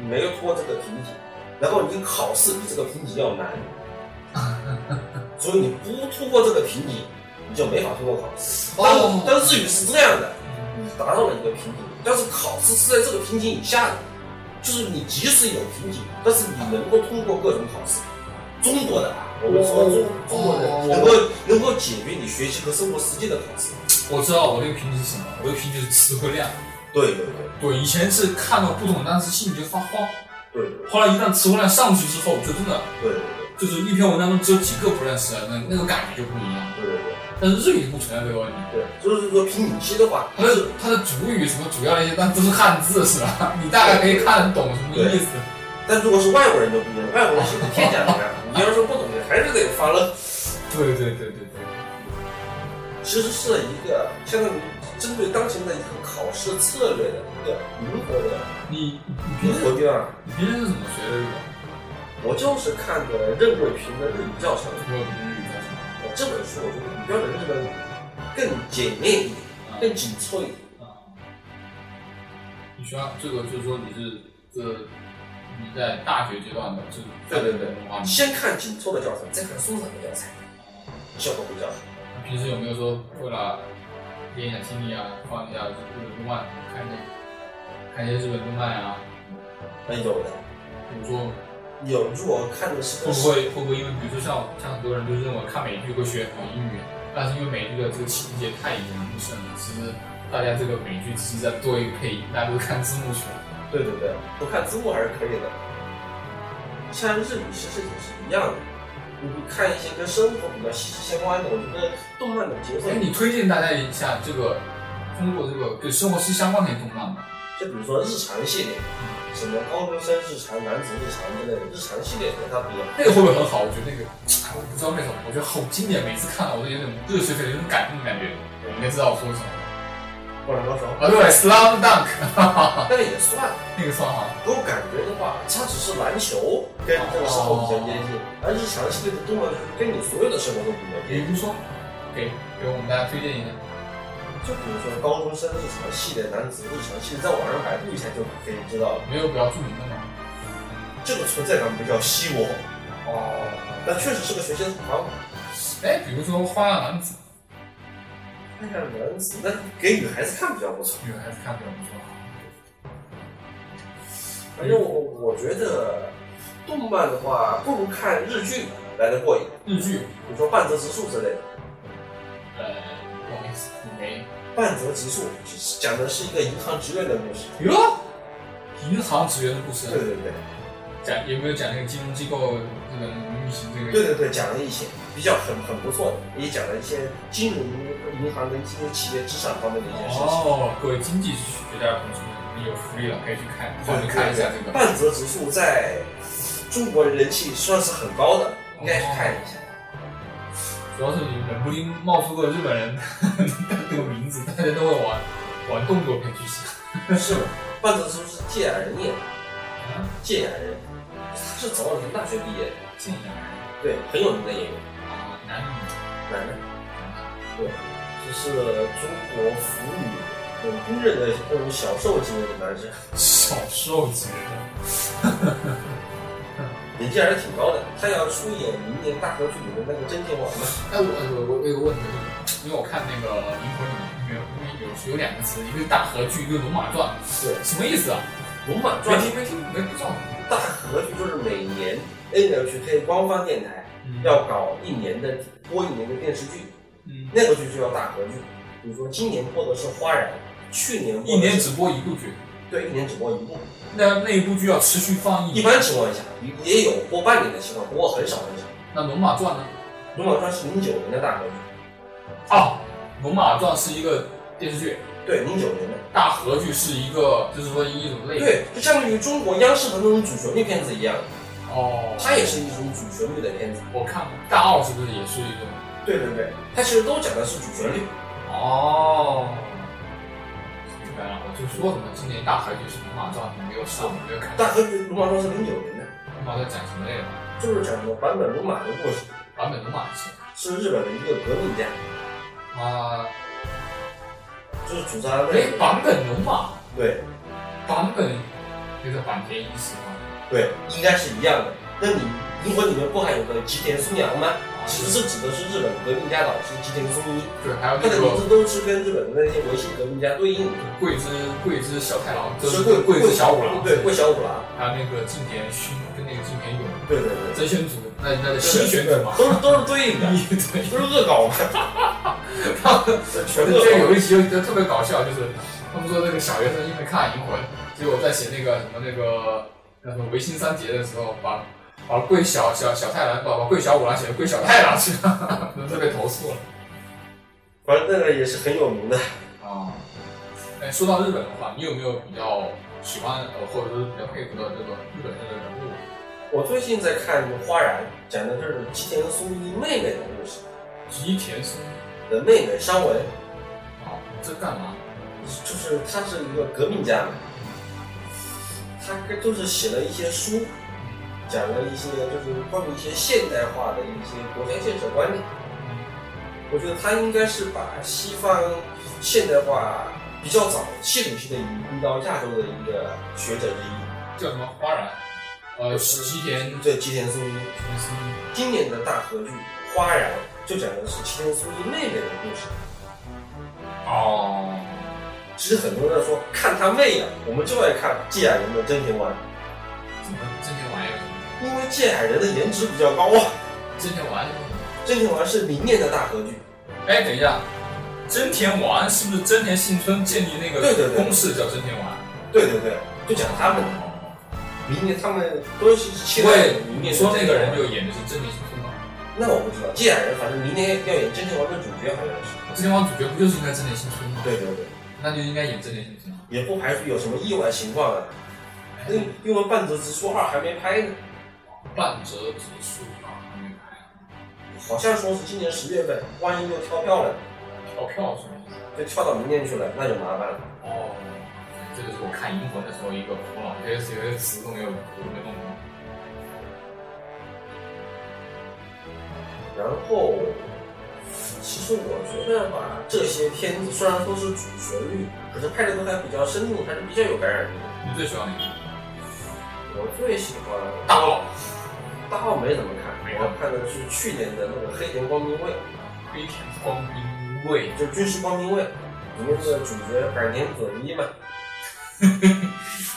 S2: 你没有突破这个瓶颈，然后你考试比这个瓶颈要难，所以你不突破这个瓶颈，你就没法通过考试。但是、
S1: 哦
S2: 但是日语是这样的，你达到了一个瓶颈，但是考试是在这个瓶颈以下的，就是你即使有瓶颈，但是你能够通过各种考试。中国的啊，我们说中中国
S1: 哦
S2: 人能够能够解决你学习和生活实际的考试。
S1: 我知道我这个瓶颈是什么，我这个瓶颈是词汇量。
S2: 对对对
S1: 对，以前是看到不懂单词心里就发慌，
S2: 对对
S1: 后来一旦词汇量上去之后，就真的
S2: 对对对
S1: 就是一篇文章中只有几个不认识的，那那个感觉就不一样。
S2: 对对对。
S1: 但是日语不存在这个问题。
S2: 对，就是说平底期的话，
S1: 它的它的主语什么主要的一些，但都是汉字是吧？你大概可以看得懂什么意思。
S2: 但如果是外国人就不一样，外国人写的片假名， (laughs) 你要是不懂的，还是得翻了。
S1: 对对对对对，
S2: 其实是一个相当于针对当前的一个考试策略的一个灵活的
S1: 你你平
S2: 灵
S1: 时
S2: 活地方。
S1: 你平时是怎么学的日语？
S2: 我就是看的任贵平的《日语教程》，
S1: 我有平时日语叫什么？
S2: 我这本书我觉得比标准日本语更简练一点，更紧凑一点。
S1: 啊你学到这个就是说你是这个你在大学阶段的，就是
S2: 对对对
S1: 文化。
S2: 先看紧凑的教材，再看松散的教材，效果比较好。
S1: 你平时有没有说为了练一下听力啊，放一下日本动漫，看一下看一些日本动漫啊？
S2: 那哎有的
S1: 比如说
S2: 有，如果看的是
S1: 会不会会不会因为比如说像像很多人就认为看美剧会学好英语，但是因为美剧的这个情节太引人入胜了，其实大家这个美剧只是在做一个配音，大家都是看字幕去了。
S2: 对对对，不看字幕还是可以的。像日语其实也是一样的，你看一些跟生活比较息息相关的，我觉得动漫的节奏
S1: 哎，，你推荐大家一下这个中国这个跟生活息息相关的一些动漫吗？
S2: 就比如说日常系列，什么高中生日常、男子日常之类的日常系列的，它比较
S1: 那个会不会很好？我觉得那个，哎，我不知道为什么，我觉得好经典，每次看到我都有种热血沸腾、有种感动的感觉。我应该知道我说什么
S2: 灌篮高手，
S1: 啊？对，Slam Dunk，哈哈哈
S2: 那啊个也算。
S1: 那个算好。
S2: 给我感觉的话，它只是篮球跟这个生活比较接近，
S1: 哦
S2: 而日常系列
S1: 哎
S2: 的动漫就是跟你所有的生活都比较接
S1: 比
S2: 近。
S1: 如说，给给我们大家推荐一下。
S2: 就比如说高中生日常系列、男子日常系列，在网上百度一下就可以知道了。
S1: 没有比较著名的吗？
S2: 这个存在感比较稀薄，
S1: 哦，
S2: 但确实是个学习的好方法。
S1: 哎，比如说《花样男子
S2: 那样男子，那给女孩子看比较不错。》，
S1: 女孩子看比较不错。
S2: 反正我我觉得，动漫的话不如看日剧来的过瘾，
S1: 日剧，
S2: 比如说半泽直树之类的。
S1: 呃，不好意思，没。
S2: 半泽直树讲的是一个银行职员的故事。
S1: 哟，银行职员的故事
S2: 对，对对，
S1: 讲有没有讲那个金融机构那个运行这个？
S2: 对对对，讲了一些比较很很不错的，也讲了一些金融银行跟金融企业职场方面的一些事情。
S1: 哦，各位经济学家同志们，你有福利了，可以去看，
S2: 对
S1: 或者看一下这个。
S2: 半泽直树在中国人气算是很高的，应该去看一下。
S1: 主要是你冷不丁冒出个日本人这个名字，大家都会往往动作片去想。
S2: 是吗？半泽直树是芥雅人演，
S1: 啊
S2: 芥雅人，他是早稻田大学毕业的，
S1: 这样啊，
S2: 对，很有名的演员，
S1: 男女
S2: 男的，对，这是中国腐女嗯公认的那种小受级的男生，
S1: 小 (laughs) 受级的，
S2: 年纪还是挺高的。他要出演明年大河剧里的那个真剑王嘛？
S1: 哎，我我我我有个问题，就是因为我看那个《银魂》里面有有有两个词，一个是大河剧，一个是龙马传，
S2: 对，
S1: 什么意思啊？
S2: 《龙马
S1: 没
S2: 传》
S1: 听没听没不知道。
S2: 大河剧就是每年 NHK 官方电台
S1: 嗯
S2: 要搞一年的播一年的电视剧，
S1: 嗯，
S2: 那个剧就叫大合剧。比如说今年播的是《花染》，去年播的
S1: 一年只
S2: 是
S1: 播一部剧，
S2: 对一年只播一部，
S1: 那那一部剧要持续放映。
S2: 一般情况下也有播半年的情况，不过很少很少。
S1: 那《龙马传》呢？
S2: 《龙马传》是零九年的大合剧，
S1: 啊，《龙马传》是一个电视剧，
S2: 对零九年的，
S1: 大河剧是一个，就是说一种类型。
S2: 对，就相当于中国央视的那种主旋律片子一样，
S1: 哦，
S2: 它也是一种主旋律的片子。
S1: 我看过大奥是不是也是一种？
S2: 对对对，它其实都讲的是主旋律。
S1: 哦，明白啊了，我就说什么今年大河剧是《龙马传》，你没有上，没有看。
S2: 大合剧《龙马传》是零九年的，
S1: 龙马传讲什么内容啊？
S2: 就是讲的版本龙马的故事，
S1: 版本龙马是
S2: 是日本的一个革命家，
S1: 啊，
S2: 就是主张那
S1: 哎，
S2: 个
S1: 版本龙马，
S2: 对
S1: 版本就是坂田一世吗？
S2: 对，应该是一样的。那你如果里面不还有个吉田松阳吗？
S1: 啊
S2: 其实这指的是日本革命家老师吉田松一，
S1: 对，还有
S2: 啊他
S1: 那
S2: 的名
S1: 个
S2: 字都是跟日本的那些维新革命家对应的，
S1: 桂枝桂枝小太郎，就是是
S2: 桂
S1: 桂枝小五郎，
S2: 对，桂小五郎，
S1: 还有那个近田勋跟那个近田勇。
S2: 对对对，
S1: 真选组，那那是新选组嘛？
S2: 都是都是对应的，
S1: 一 (laughs) 对，
S2: 不是恶搞吗？全恶
S1: 这
S2: 搞，
S1: 有一集就特别搞笑，就是他们说那个小学生因为看《银魂》，结果在写那个什么那个那个维新三杰的时候，把把桂小小小太郎把把桂小五郎写成桂小太郎去了， (laughs) 那被投诉了。
S2: (laughs) 反正那个也是很有名的。
S1: 啊，哎，说到日本的话，你有没有比较喜欢呃或者说比较佩服的这个日本的人物？
S2: 我最近在看《花染》，讲的就是吉田松一妹妹的故事，
S1: 吉田松
S2: 的妹妹山文，
S1: 啊，你这干嘛？
S2: 就是她是一个革命家嘛，她就是写了一些书，讲了一些就是关于一些现代化的一些国家建设观念。我觉得他应该是把西方现代化比较早系统性的移移到亚洲的一个学者之一，
S1: 叫什么花染？呃，吉田
S2: 对吉田松一。
S1: 田松
S2: 今年的大合剧《花染》就讲的是吉田松一妹妹的故事。
S1: 哦。
S2: 其实很多人说看他妹呀、我们就爱看芥雅人的真田丸，
S1: 怎么这些玩意儿？
S2: 因为芥雅人的颜值比较高啊。
S1: 真田丸？
S2: 真田丸是明年的大合剧，
S1: 哎，等一下，真田丸是不是真田幸村建立那
S2: 对
S1: 个
S2: 对对
S1: 公式叫真田丸？
S2: 对对对，就讲他们
S1: 哦
S2: 明年他们都是期待
S1: 喂
S2: 明
S1: 你
S2: 年的
S1: 说那个人
S2: 真田丸
S1: 就演的是真田幸村吗？
S2: 那我不知道，芥雅人反正明年要演真田丸的主角好像是。
S1: 真田丸主角不就是应该真田幸村吗？，
S2: 对对对，
S1: 那就应该演真田幸村啊。
S2: 也不排除有什么意外情况啊。因因为《半泽直树二》还没拍呢，
S1: 半泽直树啊，还没拍，
S2: 好像说是今年十月份，万一又跳票了，
S1: 跳哦票是吗？
S2: 就跳到明年去了，那就麻烦了。
S1: 哦，这就是我看《银魂》的时候一个苦恼，有些有些词都没有我没弄懂。
S2: 然后其实我觉得吧，这些片子虽然说是主旋律，可是拍的都还比较深入，还是比较有感染力。
S1: 你最喜欢哪个？
S2: 我最喜欢
S1: 大佬，
S2: 大号没怎么看，
S1: 没看
S2: 我看的是去年的那个《黑田光明卫
S1: 黑田光兵卫，》，
S2: 就是《军事光明卫》，里面这个主角坂田准一嘛，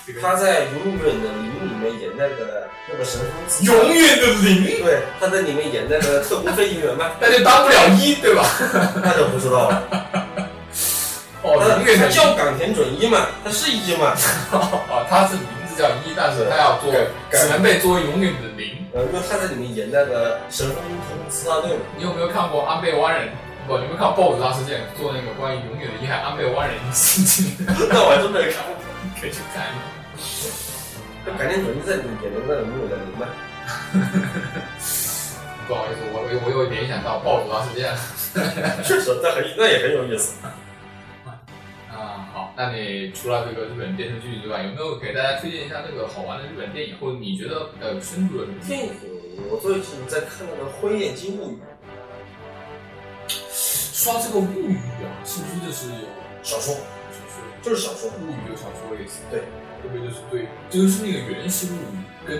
S1: 这个
S2: 他在《永远的零》里面演那个那个神风刺客
S1: 永远的零，
S2: 对，他在里面演那个特工飞行员嘛，
S1: 那就当不了一，对吧？
S2: 那就不知道了。
S1: 哦，
S2: 他
S1: 永远
S2: 他
S1: 的
S2: 叫冈田准一嘛，他是一嘛，
S1: 哦，他是名字叫一，但是他要做，
S2: 对
S1: 只能被作为永远的零。
S2: 呃，因为他在里面演那个神风啊特工刺杀队嘛，
S1: 你有没有看过安倍湾人？不，你有没有看报纸大事件做那个关于永远的遗憾安倍湾人的事情？
S2: 那我还真没看
S1: (laughs)
S2: 过。
S1: 可以去看一下。
S2: 那冈田准一在里面演的那个《永远的零》嘛，
S1: 不好意思，我我我又联想到报纸大事件了。
S2: 确实，那很那也很有意思。
S1: 啊，好，那你除了这个日本电视剧之外，有没有给大家推荐一下这个好玩的日本电影，或者你觉得比较有深度的日本电影？
S2: 电影我最近在看那个《婚宴姬物语
S1: 说到这个物语啊，是不是就是有》
S2: 小说，
S1: 小说？
S2: 就是小说。
S1: 物语有小说类似？
S2: 对，
S1: 会不会就是对，就是那个原始物语跟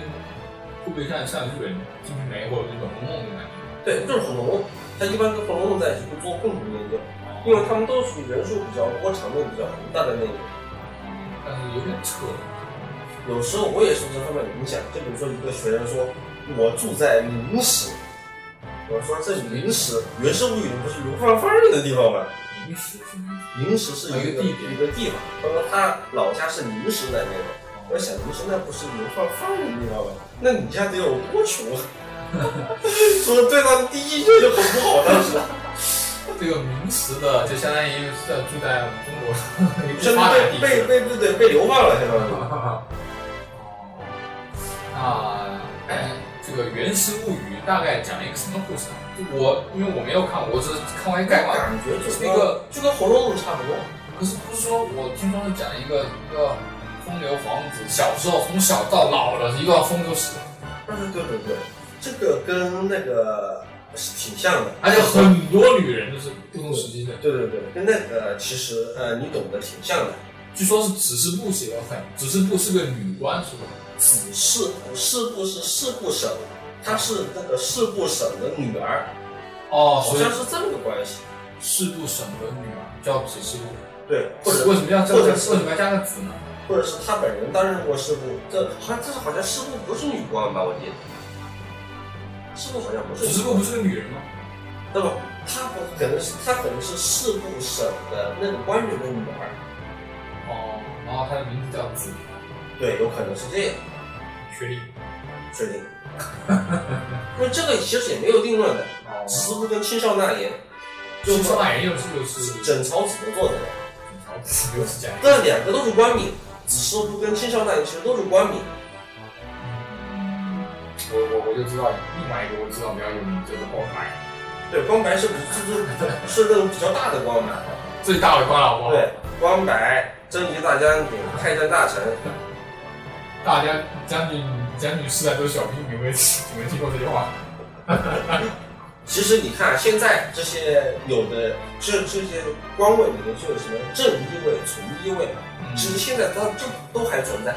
S1: 会不会像像日本金瓶梅或者日本红楼梦的感觉？
S2: 对，就是《红楼梦》，它一般跟《红楼梦》在一起会做共同研究，因
S1: 嗯
S2: 为他们都属于人数比较多、场面比较宏大的那种。
S1: 但是有点扯。
S2: 有时候我也受这方面的影响，就比如说一个学员说，我住在明史，我说这明史《源氏物语》里不是流放犯人的地方吗？
S1: 临时什么意思？
S2: 明史是一个
S1: 啊一个地点
S2: 一个地方，他说他老家是明石那边的，我想明石那不是流放犯人的地方吗？那你家得有多穷啊？ (laughs) 说对他的第一印象就很不好，当时。
S1: 这个名词的就相当于是在住在中国 (laughs) 一
S2: 真
S1: 个发
S2: 的
S1: 达地区
S2: 被。被被对被流放了，相当于。
S1: 哦，那这个《源氏物语》大概讲一个什么故事啊？我因为我没有看，我只是看完概况。
S2: 感觉就是
S1: 那个
S2: 就跟《红楼梦》差不多。
S1: 可是不是说我听说是讲一个一个风流皇子小时候从小到老的一段风流史，
S2: 但嗯是对对对，这个跟那个是挺像的，
S1: 而且很多女人就是不同时期的，
S2: 对对对，跟那个其实呃你懂得挺像的。
S1: 据说是只是不写了很，只是不是个女官是吧？
S2: 子氏呃氏部是氏部省，她是那个氏部省的女儿，
S1: 哦
S2: 好
S1: 所以
S2: 像是这么个关系。
S1: 四部省的女儿叫只是部，
S2: 对，或者
S1: 为什么要这
S2: 或
S1: 个
S2: 者
S1: 为
S2: 是
S1: 什么要加个子呢？
S2: 或者是她本人担任过事部，这好像这是好像事部不是女官吧？我记得，事部好像不
S1: 只
S2: 是女
S1: 是
S2: 官
S1: 部不是个女人吗？
S2: 那么他不可能是他可能是事部省的那个官员的女儿，
S1: 哦，然后她的名字叫子
S2: 对，有可能是这样，
S1: 学历。
S2: 确定。因为这个其实也没有定论的，
S1: 哦
S2: 只是会跟青少纳言，
S1: 就
S2: 就是是
S1: 说矮人又是又是
S2: 枕草子的作者，
S1: 好子又是假的。
S2: 这两个都是官名，只是部跟青少纳言其实都是官名。
S1: 嗯我我我就知道另外一个我知道比较有名就是光白，
S2: 对，光白是不是就是是那种比较大的光白？
S1: 最大的官老不好？
S2: 对，光白、征夷大将军、开疆大臣，
S1: 大家将军将军世代都是小兵，有 (laughs) 没有有没有听过这句话？
S2: 其实你看，现在这些有的这这些官位里面就有什么正一位、从一位，其实现在它这都还存在，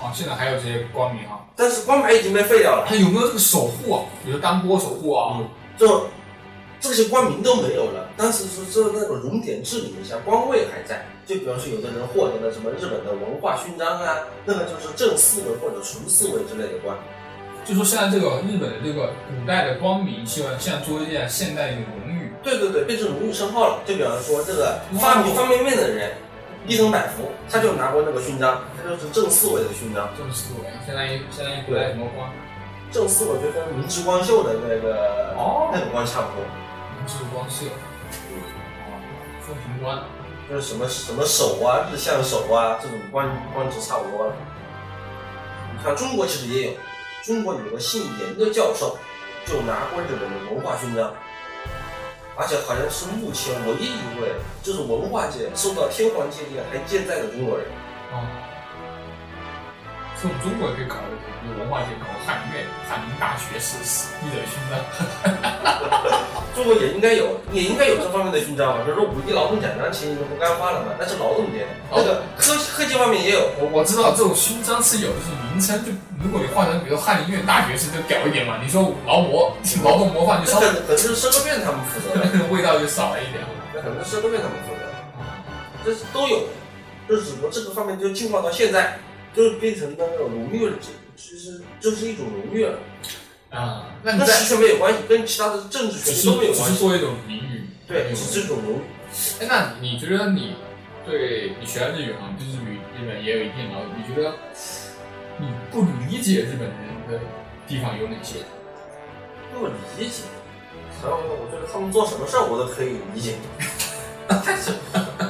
S1: 哦，现在还有这些官名啊，
S2: 但是官牌已经被废掉了，
S1: 他有没有这个守护啊？比如当波守护啊，
S2: 嗯就这些官名都没有了。但是说这那个荣典制里面，像官位还在，就比方说有的人获得了什么日本的文化勋章啊，那个就是正四位或者纯四位之类的官。
S1: 就说现在这个日本的这个古代的官名，希望现在做一件现代的荣誉，
S2: 对对对，变成荣誉称号了。就比方说这个发明方便面的人，伊藤百福，他就拿过那个勋章，他就是正四位的勋章。
S1: 这个思维，相当于相当于古代什么官？
S2: 正四我觉得跟明治光秀的那个、
S1: 哦
S2: 那个光差不多，
S1: 明治光秀，哦风平官。
S2: 就是什么什么手啊、日向手啊这种官官职差不多了。你看中国其实也有，中国有个姓严的教授就拿过日本的文化勋章，而且好像是目前唯一一位就是文化界受到天皇界限还健在的中国人。
S1: 哦，这所以我们啊中国也可以搞一个，比如文化界搞汉乐，汉民大学是史地的勋章，
S2: 中国也应该有，也应该有这方面的勋章吧？比如说五一劳动奖章，其实你们不刚发了吗？那是劳动节，那个科科技方面也有。
S1: 我我知道这种勋章是有，就是名称就如果你换成比如汉林院大学士就屌一点嘛，你说劳模劳动模范就稍
S2: 那
S1: 微
S2: 可可能是社科院他们负责的，
S1: 那个味道就少了一点。
S2: 那可能是社科院他们负责的，这是都有，就是只不过这个方面就进化到现在，就是变成了那种儒乐，这其实就是一种儒乐了，
S1: 啊、那你
S2: 跟
S1: 在
S2: 实权没有关系，跟其他的政治
S1: 只
S2: 权利
S1: 是
S2: 都没有
S1: 只
S2: 关
S1: 是
S2: 系。
S1: 做一种俚语，
S2: 对，
S1: 嗯
S2: 是这种儒
S1: 哎，那你觉得你对你学了日语啊，对日语日本也有一定了解，你觉得你不理解日本人的地方有哪些？
S2: 对我理解。然后我觉得他们做什么事儿我都可以理解， (laughs)
S1: 太是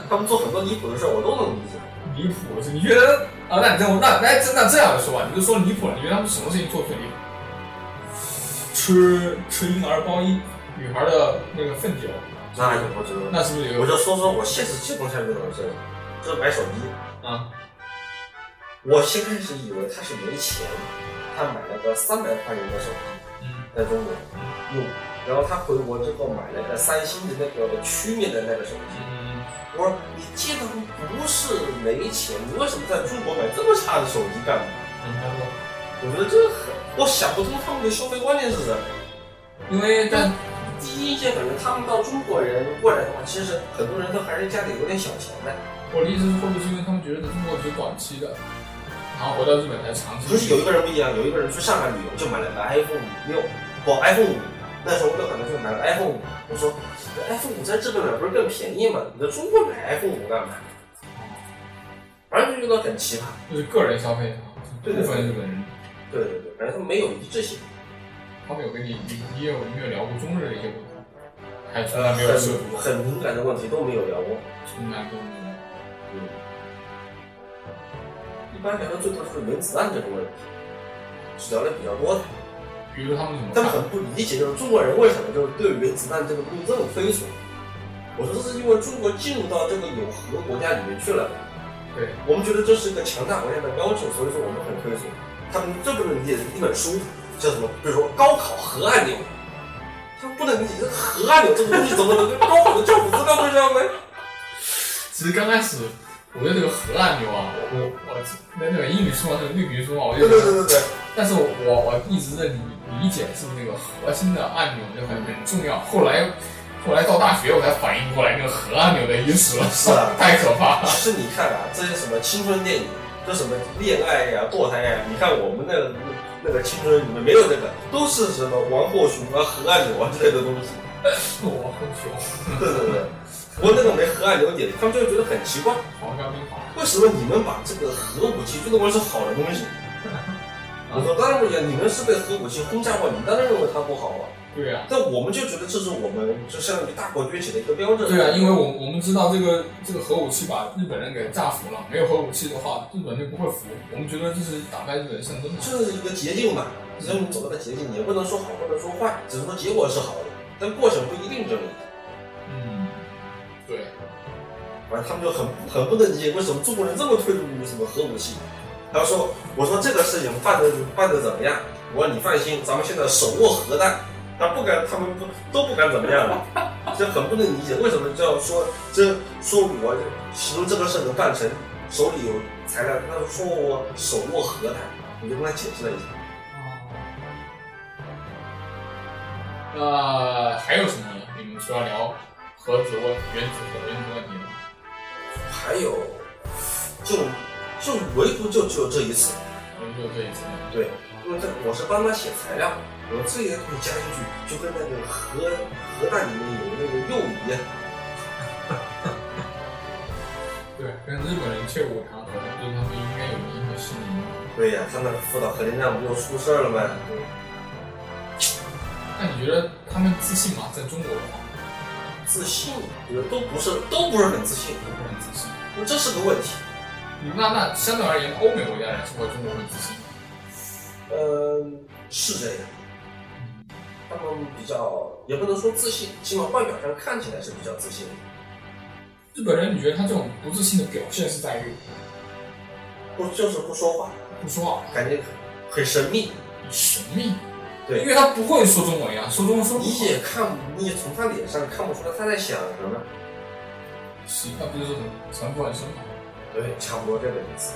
S2: 他们做很多离谱的事儿我都能理解。
S1: 离谱了！你觉得啊？那你这样那那这那这样说吧，你就说离谱了。你觉得他们什么事情做最离谱？吃吃婴儿包衣，女孩的那个粪酒，
S2: 那也不知道。
S1: 那是不是
S2: 我
S1: 有
S2: 就说说我现实情况下遇到的事儿，就是买手机。
S1: 啊？
S2: 我先开始以为他是没钱，他买了个三百块钱的手机，
S1: 嗯
S2: 在中国用，然后他回国之后买了个三星的那个曲面的那个手机。
S1: 嗯，
S2: 我说你这都不是没钱，你为什么在中国买这么差的手机干嘛？
S1: 嗯然后
S2: 我觉得这很，我想不通他们的消费观念是什么。
S1: 因为但
S2: 第一印象感觉他们到中国人过来的话，其实很多人都还是家里有点小钱的。
S1: 我的意思是，会不会是因为他们觉得在中国只有短期的，然后回到日本才长期？
S2: 不是有一个人不一样，有一个人去上海旅游就买了个 iPhone 六，不 iPhone 五，那时候我可能就买了 iPhone 五。我说这 iPhone 五在日本买不是更便宜吗？你在中国买 iPhone 五干嘛？反正就觉得很奇葩。
S1: 就是个人消费啊，就
S2: 对
S1: 部分日本人。
S2: 对对对，反正他们没有一致性。
S1: 他们有跟你，你你有没有聊过中日的一些问题？还从来
S2: 呃，
S1: 没
S2: 很
S1: 有涉足过，
S2: 很敏感的问题都没有聊过。
S1: 从来都没有。
S2: 嗯，一般聊的最多就是原子弹这个问题，是聊的比较多的。
S1: 比如他们怎么
S2: 他们
S1: 看？
S2: 很不理解，就是中国人为什么就是对原子弹这个东西这么非所。我说这是因为中国进入到这个有核国家里面去了，
S1: 对，
S2: 我们觉得这是一个强大国家的标志，所以说我们很推崇。他们最不能理解的一本书叫什么？比如说《高考核按钮》，他们不能理解这个核按钮这个东西怎么能跟高考的教辅资料对上呢？
S1: 其实刚开始我对这个核按钮啊，我我我那那本英语书嘛，那本绿皮书嘛，我
S2: (laughs) 对
S1: 就
S2: 对对对对，
S1: 但是我我一直在理理解是那个核心的按钮就很很重要。后来后来到大学我才反应过来那个核按钮的意思了，
S2: 是啊
S1: (laughs) 太可怕了。
S2: 其实你看啊，这些什么青春电影，这什么恋爱呀、堕胎呀、你看我们那个那个青春里面没有这个，都是什么王后雄啊、何按钮啊之类的东西。
S1: 我很凶，
S2: 对对对，不过那个没何按钮点，他们就会觉得很奇怪，
S1: 黄冈冰法
S2: 为什么你们把这个核武器就认为是好的东西？ (laughs) 我说当然不一样，你们是被核武器轰炸过，你当然认为它不好啊。
S1: 对啊。
S2: 但我们就觉得这是我们就相当于大国崛起的一个标志。
S1: 对啊，因为我我们知道这个这个核武器把日本人给炸服了，没有核武器的话，日本就不会服。我们觉得这是打败日本象征嘛。
S2: 这是一个捷径吧，只要你走到了捷径，也不能说好，不能说坏，只是说结果是好的，但过程不一定正义。
S1: 嗯，对，
S2: 反正他们就很很不能理解为什么中国人这么推崇于什么核武器。他说：“我说这个事情办的办的怎么样？”我说：“你放心，咱们现在手握核弹，他不敢，他们不都不敢怎么样了，这很不能理解为什么就要说这说我形容这个事能办成，手里有材料，他就说我手握核弹，我就跟他解释了一下。”
S1: 哦那还有什么呢？你们除了聊核子问、原子核、原子问题吗？
S2: 还有，就就唯独就只有这一次，
S1: 我们就这一次了。
S2: 对，因为这我是帮他写材料，我这些东西加进去，就跟那个核核弹里面有那个啊铀一样，
S1: 对，跟日本人切五常合，对他们应该有一定的适应。
S2: 对呀、他那个福岛核电站不就出事儿了吗？
S1: 那你觉得他们自信吗？在中国的话，
S2: 自信，我觉得都不是，都不是很自信，
S1: 都不很自信。
S2: 因为这是个问题。
S1: 那那相对而言，欧美国家人是会中国会自信吗。
S2: 嗯，是这样，他们比较也不能说自信，起码外表上看起来是比较自信的。
S1: 日本人，你觉得他这种不自信的表现是在于
S2: 不就是不说话，
S1: 不说话，
S2: 感觉很神秘，
S1: 神秘。
S2: 对
S1: 因为他不会说中文呀，说中文说不
S2: 你
S1: 好。
S2: 也看不，你也从他脸上看不出来他在想什么。
S1: 习惯不就是很传不很深吗？
S2: 对，差不多这个意思。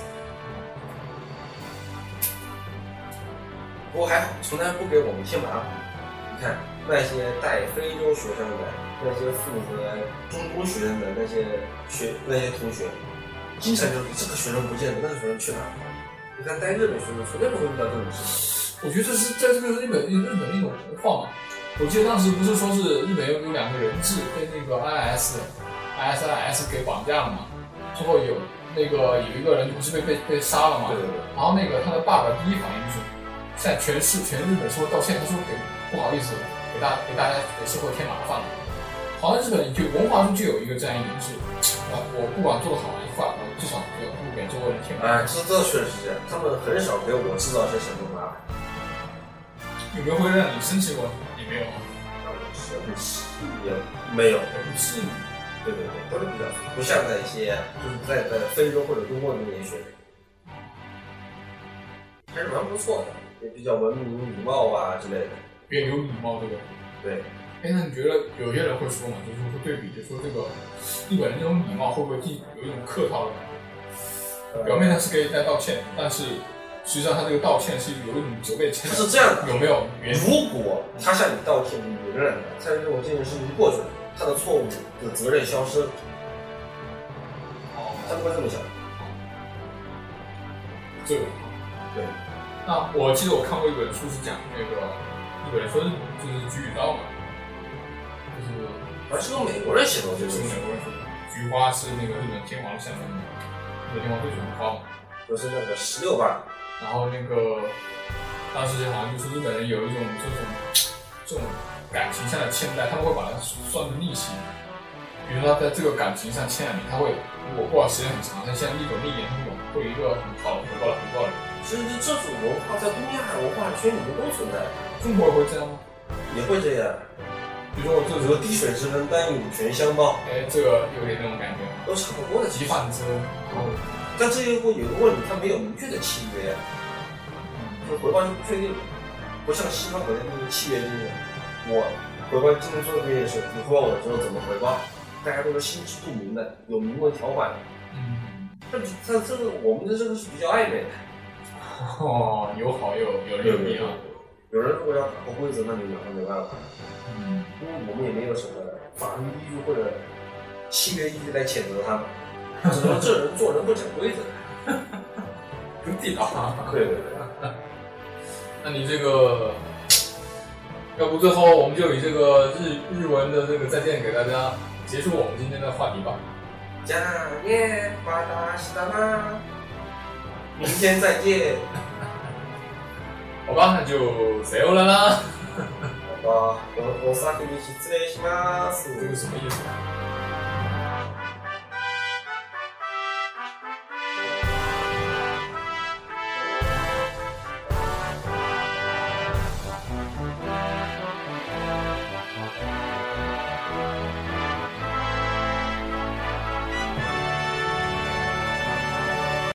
S2: 不过还好，从来不给我们添麻烦。你看那些带非洲学生的，那些负责中东学生的那些学那些同学，经常就是这个学生不见了，那个学生去哪儿了？你看带日本学生从来不会遇到这种事情。
S1: 我觉得这是在这个日本日本的一种文化嘛。我记得当时不是说是日本有有两个人质被那个 IS ISIS 给绑架了嘛，最后有那个有一个人不是被被被杀了嘛，
S2: 对对，
S1: 然后那个他的爸爸第一反应就是向全市全日本社会道歉，他说给不好意思，给大给大家给社会添麻烦了。好像日本就文化中就有一个这样一种制，啊，我不管做的好还是坏，我至少要不给周围人添麻烦。
S2: 哎，这这确实是这样，他们很少给我制造些什么麻烦。
S1: 有没有会让你生气过？也没有，
S2: 那我是很气，也没有。
S1: 不至于。
S2: 对对对，都是比较复杂不像那些就是在在非洲或者中国那些学生，还是蛮不错的，也比较文明礼貌啊之类的。
S1: 也有礼貌，对吧？
S2: 对，
S1: 哎，那你觉得有些人会说嘛，就是会对比，就说这个日本人这种礼貌会不会地有一种客套的感
S2: 呃
S1: 觉？表面上是给大家道歉，但是实际上他这个道歉是有一种责备
S2: 他
S1: 情
S2: 是这样的，
S1: 有没有原因？
S2: 如果他向你道歉，你仍然他认为这件事情过去了，他的错误的责任消失了，他
S1: 哦，
S2: 们会这么想。
S1: 这个
S2: 对。
S1: 那我记得我看过一本书是讲那个日本人说日就是菊与刀嘛，就是
S2: 而是个美国人写的，我觉得
S1: 是美国人说的菊花是那个日本天皇的象征嘛，日本天皇最喜欢花嘛。
S2: 就是那个十六瓣，
S1: 然后那个当时好像就是日本人有一种这种这种感情上的欠债，他们会把它算成利息。比如说他在这个感情上欠了你，他会如果过了时间很长，他像利滚利延续嘛，会有一个很好的回报来回报你。
S2: 其实这种文化在东亚文化圈里面都存在，
S1: 中国也会这样吗？
S2: 也会这样。
S1: 比如说我这
S2: 比
S1: 时候，
S2: 如说滴水之恩，丹羽泉相报，
S1: 哎，这个有点那种感觉，
S2: 都差不多的
S1: 急
S2: 其实。
S1: 贩子，然后
S2: 但这个会有个问题，它没有明确的契约，就回报金不确定，不像西方国家那个契约就是我回报今天做的这件事，你回报我之后怎么回报，大家都是心知肚明的，有明文条款。
S1: 嗯，
S2: 但但这个我们的这个是比较暧昧的，
S1: 哦，有好有有利有弊啊，
S2: 有人如果要打破规则，那就马上没办法，
S1: 嗯，
S2: 因为我们也没有什么法律依据或者契约依据来谴责他们，只能说这人做人不讲规则。
S1: 有地道啊。
S2: (laughs) 对对对。
S1: 那你这个， (sniffs) 要不最后我们就以这个日日文的这个再见给大家结束我们今天的话题吧。
S2: じゃあね、また明日な。明天再见。
S1: 好吧，那就 s a y 了啦。
S2: 好吧，我我先に失礼します。
S1: 这个什么意思？